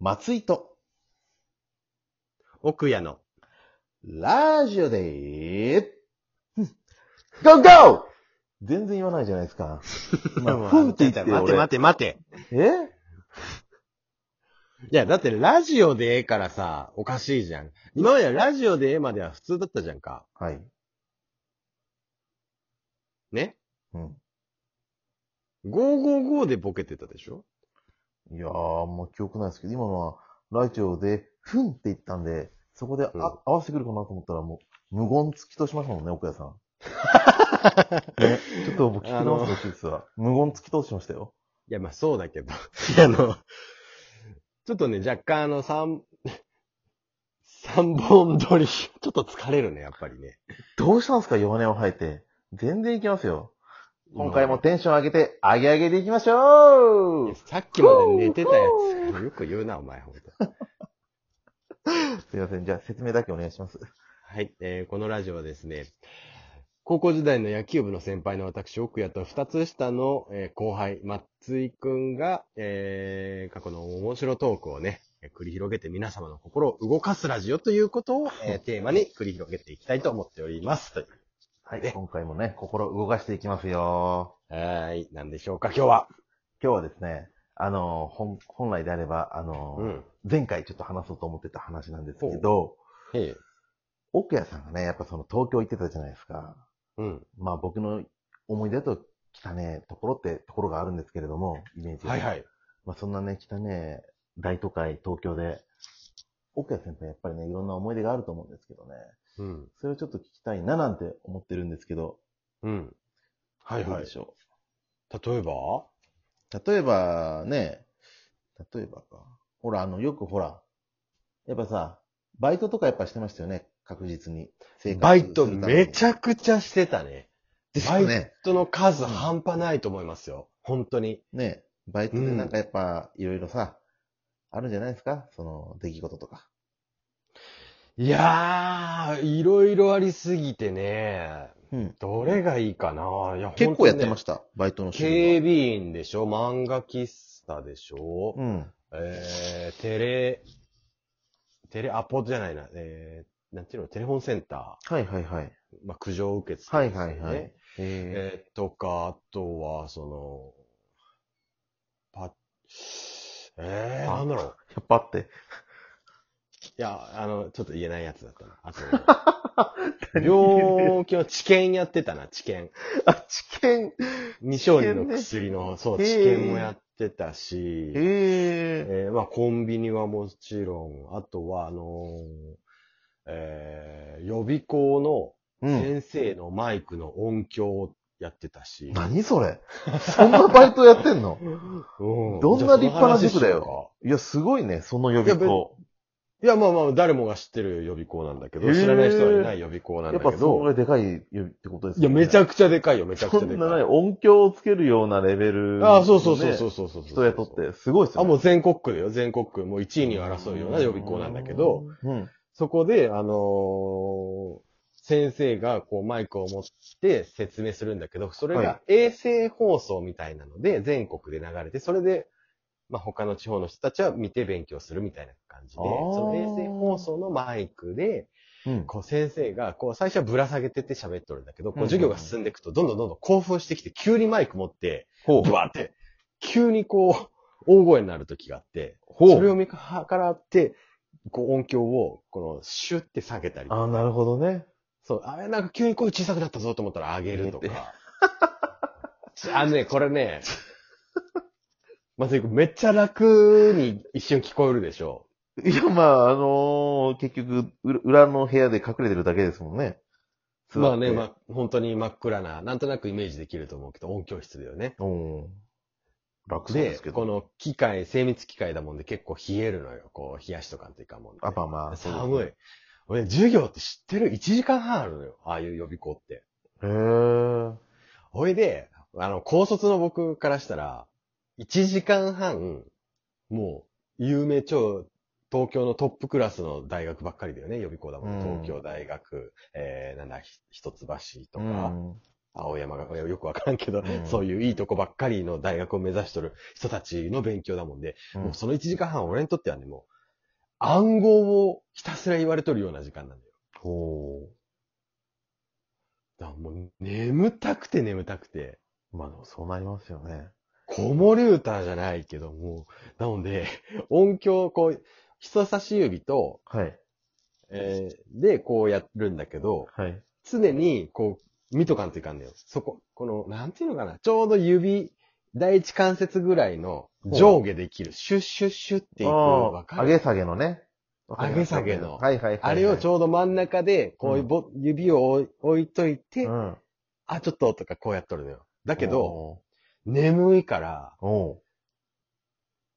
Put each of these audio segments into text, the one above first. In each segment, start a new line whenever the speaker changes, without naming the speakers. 松井と、
奥屋の。
ラジオで、ゴーゴー全然言わないじゃないで すか。今、ふんって言った
待て待て待て。
て。え
いや、だってラジオでええからさ、おかしいじゃん。今まではラジオでええまでは普通だったじゃんか。
はい。
ね
うん。
?555 でボケてたでしょ
いやー、もう記憶ないですけど、今のは、ラジオで、ふんって言ったんで、そこで、あ
うん
合わせてくるかなと思ったら、もう、無言突きとしましたもんね、奥 谷さん。ね、ちょっと僕聞き直してほしいですわ。無言突き通しましたよ。
いや、まあそうだけど。 いや、あの、ちょっとね、若干あの、三、三本撮り、ちょっと疲れるね、やっぱりね。
どうしたんですか弱音を吐いて。全然いきますよ。今回もテンション上げて、上げ上げでいきましょ
いうやさっきまで寝てたやつ、よく言うな、お前、ほんと。
すいません。じゃあ説明だけお願いします。
はい、えーこのラジオはですね、高校時代の野球部の先輩の私、奥谷と二つ下の、えー後輩、松井くんが、えー過去の面白トークをね、えー繰り広げて皆様の心を動かすラジオということを、 えーテーマに繰り広げていきたいと思っております。という
はい。
ね
今回もね、心を動かしていきますよ。
はーい、なんでしょうか、今日は。
今日はですね、あのー、本、本来であれば、あのー、
うん。
前回ちょっと話そうと思ってた話なんですけど、
へえ。
奥谷さんがね、やっぱその東京行ってたじゃないですか。
うん。
まあ僕の思い出だと汚ねところってところがあるんですけれども、イメージが
はいはい。
まあ、そんなね、来たね、大都会、東京で、奥谷先輩やっぱりね、いろんな思い出があると思うんですけどね、
うん。
それをちょっと聞きたいななんて思ってるんですけど、
うん。はい
どう
はい
で。しょ
例えば
う。例えばね、例えばか。ほら、あの、よくほら、やっぱさ、バイトとかやっぱしてましたよね、確実に。
バイトめち
ゃ
ゃくちゃしてたね。
ですよね。
人の数半端ないと思いますよ。本当に。
ね、バイトでなんかやっぱいろいろさ、あるんじゃないですかその、出来事とか。
いやー、いろいろありすぎてね。
うん。
どれがいいかないや、
結構やってま
し
した、バイトの
た
仕事は
警備員でしょ漫画喫茶でしょ、
うん。
えー、テレ、テレアポじゃないな。えー、なんていうのテレフォンセンタ
はいはいはい。
ー。まあ、苦情受付です
は
よね、
いはいはい。え
えー、とか、あとは、その、パえー、
あ
なんだろう。
ー、やっぱって。
いや、あの、ちょっと言えないやつだ ったな。あと、病気の治験やってたな、治験。
あ、知見。
未承認の薬の、そう、
へ
治
ー
験もやってたし、え
ええ
ーまあ、コンビニはもちろん、あとは、あのーえー予備校
う
の
ん。
先生のマイクの音響をやってたし、
何それそんなバイトやってんの
う
どんな立派な塾だ
じゃあその話
よ。
しよ
いや、すごいね、その予備校。
うかいや、まあまあ、誰もが知ってる予備校なんだけ
へ
ど、
ー
知らない人はいない予備校なんだ
やっぱ
け
そ
ど、
れでかいよってことです
いや、めち
く
ゃくちゃでかいよ、めちゃくちゃ
そ
でかい。
んなね、音響をつけるようなレベル、
ああ、そうそうそうそう
う。
そうそうそう。
人雇って、すごいっすよ、
あ、
ね。
もう
う
全国区だよ、全国区。もう1位に争うような予備校なんだけど、、
うん。
そこで、あのー先生がこうマイクを持って説明するんだけど、それ
は
が衛星放送みたいなので、全国で流れて、それで、まあ、他の地方の人たちは見て勉強するみたいな感じで、
あー
その衛星放送のマイクで、
うん。
こう先生が、こう最初はぶら下げてて喋っとるんだけど、こ
うん
う授業が進んでいくと、どんどんどんどん興奮してきて、急にマイク持って、
ほ
ブワーって、急にこう、大声になる時があって、
ほう
それを見計らって、こう音響を、この、シュッて下げたり。
ああ、なるほどね。
そう、あれなんか急に声小さくなったぞと思ったら上げると
上げ
か。 あのね、これね、まずめっちゃ楽に一瞬聞こえるでしょ。
いや、まあ、あのー結局、う裏の部屋で隠れてるだけですもんね。
まあね、ま
あ。
あ、本当に真っ暗な、なんとなくイメージできると思うけど、音響室だよね。
うん。楽そうで
です
けど。
この機械、精密機械だもんで結構冷えるのよ。こう、冷やしとかんといかんもんで。
あ、まあまあ。
寒い。俺、授業って知ってる ?1 時間半あるのよ。ああいう予備校って。
へー。
ほいで、あの、高卒の僕からしたら、1時間半、もう、有名超、東京のトップクラスの大学ばっかりだよね、予備校だもん。
うん
東京大学、えー、なんだ、ひ一橋と
と
か、
うん
青山学院よくわからんけど、
うん
そういういいとこばっかりの大学を目指しとる人たちの勉強だもんで、
うん
もうその1時間半、俺にとってはね、もう、暗号をひたすら言われとるような時間なんだよ。
ほ
だからもう、眠たくて眠たくて、
う。まあでもそうなりますよね。
子守歌じゃないけども、なので、 音響、こう、人差し指と、
はい。
えーで、こうやるんだけど、
はい。
常に、こう、見とかんといかんのよ。そこ、この、なんていうのかな、ちょうど指、第一関節ぐらいの上下できる、シュッシュッシュッっていく、
あ
わ
あ
か
上
る
げ下げのね。
上げ下げの
はいはいはい、はい。
あれをちょうど真ん中で、こ
う
うんぼ、指を置い置いといて、
うん。
あ、ちょっととかこうやっとるのよ。だ
だ
けど、、眠いから、
おう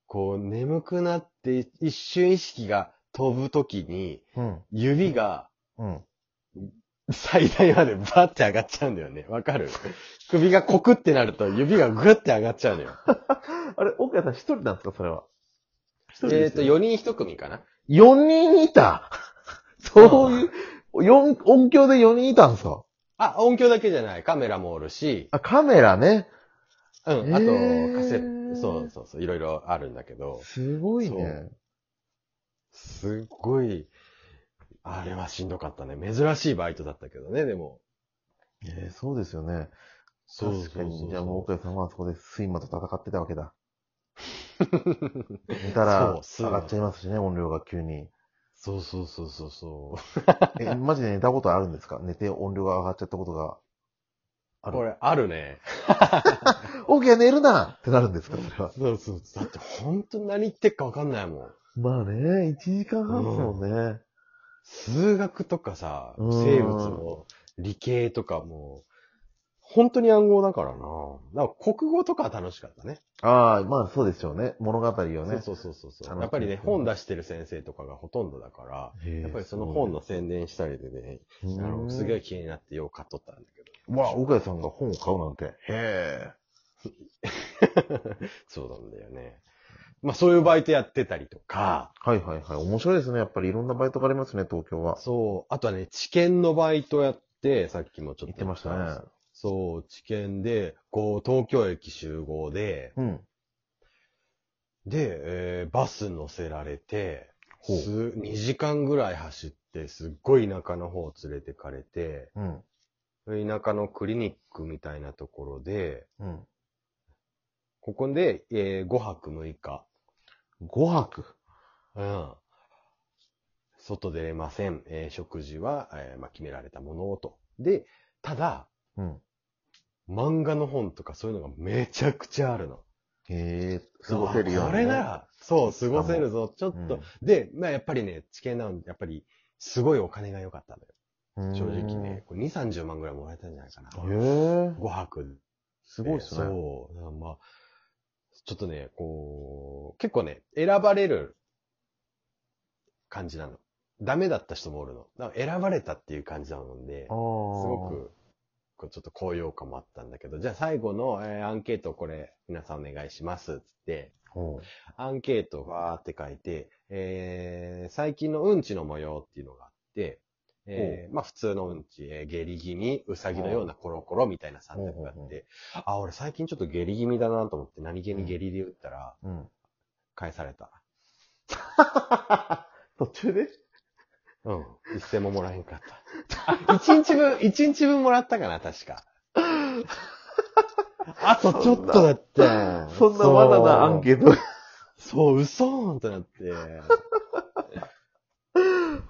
こう、眠くなって、一瞬意識が飛ぶときに、
うん。
指が
うん。
最大までバッて上がっちゃうんだよね。わか る首がコクってなると指がグッて上がっちゃうのよ。
あれ、奥谷さん一人なんですか、それは。一人
え
で
っ
す
と、
よ、
4人1組かな。
4人い たそういう、四音響で4人いたんですか
あ、音響だけじゃない。カメラもおるし、
あ、カメラね。
うん、あと、カ
へー
セット、そうそうそう、いろいろあるんだけど、
すごい
そ
ね
う。すっごい、あれはしんどかったね。珍しいバイトだったけどね、でも。
えーそうですよね。確かに。じゃあもう、奥谷さんはあそこで睡魔と戦ってたわ けだ。寝たら、
そう睡魔
上がっちゃいますしね、音量が急に。
そうそうそうそうそう。
え、マジで寝たことあるんですか寝て音量が上がっちゃったことが。ある
これ、あるね。
OK 寝るなってなるんですかそれは。
そうそう。だって、本当何言ってっかわかんないもん。
まあね、1時間半ですもんね。
数学とかさ、
うん
生物も、理系とかも、本当に暗号だからな。だから国語とかは楽しかったね。
ああ、まあそうでしょうね。物語をね。
そうそうそうそう。
楽しい
やっぱりね、本出してる先生とかがほとんどだから、やっぱりその本の宣伝したりでね、あのすげえ
え。
気になってよう買っとったんだけど。
うわ、岡谷さんが本を買うなんて。へ
そうなんだよね。まあそういうバイトやってたりとか、
え。はいはいはい。面白いですね。やっぱりいろんなバイトがありますね、東京は。
そう、あとはね、知見のバイトやって、さっきもちょっと
言ってましたね。
そう、知見で、こう、東京駅集合で、
うん。
で、えーバス乗せられて、
ほう
す2時間ぐらい走って、すっごい田舎の方連れてかれて、
うん。
田舎のクリニックみたいなところで、
うん。
ここで、え5泊6日、
5泊。
うん、外出れません。えー食事は、えーまあ、決められたものをと。で、ただ、
うん。
漫画の本とかそういうのがめちゃくちゃあるの。
へえ、過ごせるよう
あ
に、
これなら、そう、過ごせるぞ。ちょっと、で、まあやっぱりね、知見なんで、やっぱり、すごいお金が良かったのよ。
うん、
正直ね、これ2、30万ぐらいもらえたんじゃないかな。
へえ。
5泊で。
すごいですね。
そう。だからまあ、ちょっとね、こう、結構ね、選ばれる感じなの。ダメだった人もおるの。だから選ばれたっていう感じなので、す
ああ。す
ご。く、こうちょっと高揚感もあったんだけど、じゃあ最後の、えーアンケートこれ、皆さんお願いします、つって、
ほ
アンケートわーって書いて、えー、最近のうんちの模様っていうのがあって、えー、まあ普通のうんち、えー下痢気味、うさぎのようなコロコロみたいな3択があっ
ほうほうほ
て、あ、俺最近ちょっと下痢気味だなと思って何気に下痢で打ったら
う。うん。
返された。
途中で
うん。一銭ももらえんかった。あ、 一日分、一日分もらったかな、確 か。あとちょっとだって。
そんなわざなアン
ー
ケートが。
ト。そう、嘘ーんとなって。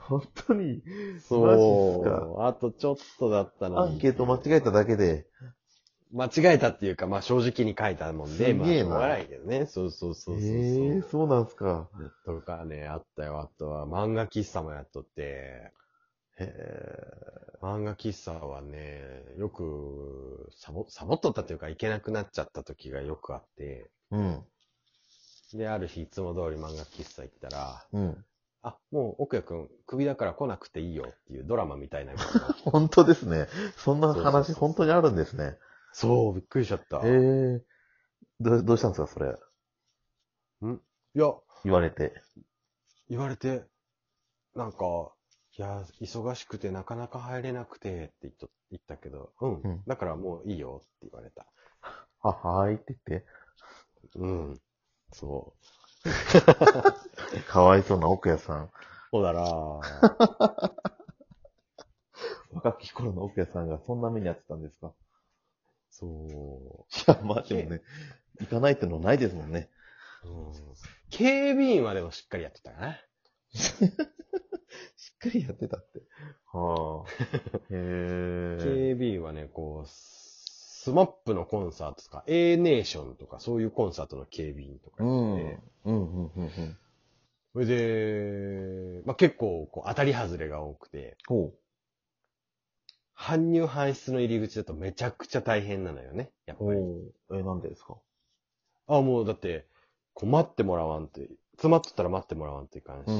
本当に。
そ
マジっす
う。あとちょっとだったの
ア
に。
ンケート間違えただけで。、
間違えたっていうか、まあ正直に書いたもんですまあ
げ
し
え
ょう
な
がないけどね。そうそうそうそうそう。
ええそうなんすか。
とかね、あったよ。あとは漫画喫茶もやっとって、
へえ。
漫画喫茶はね、よく、サボ、サボっとったというか、行けなくなっちゃった時がよくあって、
うん。
で、ある日いつも通り漫画喫茶行ったら、
うん。
あ、もう奥谷くん、首だから来なくていいよっていうドラマみたいなこと が起きて
本当ですね。そんな
そうそうそ
話、
う
本当にあるんですね。
そう、びっくりしちゃった。
ええどう、どうしたんですか、それ。
いや、
言われて。
言われて、なんか、いや、忙しくてなかなか入れなくてって言っと言ったけど、うん、
うん
だからもういいよって言われた。
あ、はーいって言っ
うん。そ
て。かわいそうな奥屋さん。
う。そうだ ら、
若き頃の奥屋さんがそんな目にあってたんですか
そ
いや、まあでもね、行かないってのはないですもんね。
う、うん。警備員はでもしっかりやってたかな。
しっかりやってたって。は あ。へえ。
警備員はね、こう、スマップのコンサートとか、A ネーションとか、そういうコンサートの警備員とか
う
や
ん。
っ
う
て
ん、うん、うん、うん。
それで、まあ、結構こう当たり外れが多くて、
ほう。
搬入搬出の入り口だとめちゃくちゃ大変なのよね、やっぱり。
え、なんでですか
あ、もうだって、こう待ってもらわんと、詰まっとったら待ってもらわんといかんし、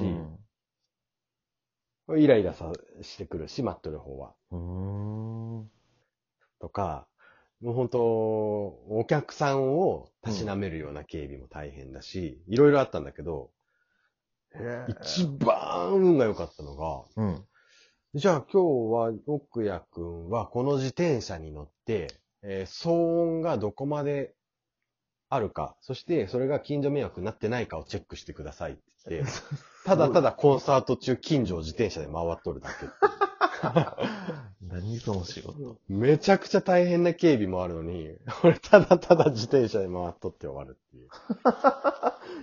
うん。
イライラさしてくるし、待っとる方は。
うーん。
とか、もう本当、お客さんをたしなめるような警備も大変だし、いろいろあったんだけど、一番運が良かったのが、
うん。
じゃあ今日は奥谷くんはこの自転車に乗って、えー騒音がどこまであるか、そしてそれが近所迷惑になってないかをチェックしてくださいって言っ て、ただただコンサート中近所を自転車で回っとるだけ。
何その仕事。
めちゃくちゃ大変な警備もあるのに、俺ただただ自転車で回っとって終わるっていう。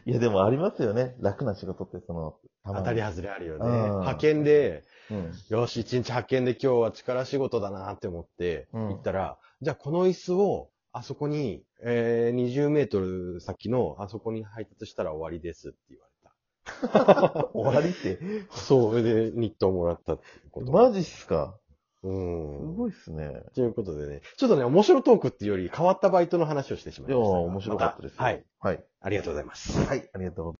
いや、でもありますよね。楽な仕事って、その、た
当たり
合
外れあるよね。
うん
派遣で、
うん。
よし、一日派遣で今日は力仕事だなって思って、
うん
行ったら、じゃあこの椅子を、あそこに、えー、20メートル先の、あそこに配達したら終わりですって言わ
終わりって。
れた。そう、それで日当もらったっていうこと。
マジっすか
うん。
すごいっすね。
ということでね、ちょっとね、面白トークっていうより変わったバイトの話をしてしま
い
い
やー、
ましたが。
面白かったですよ。
まはい。。
はい。
ありがとうございます。
はい、ありがとうございます。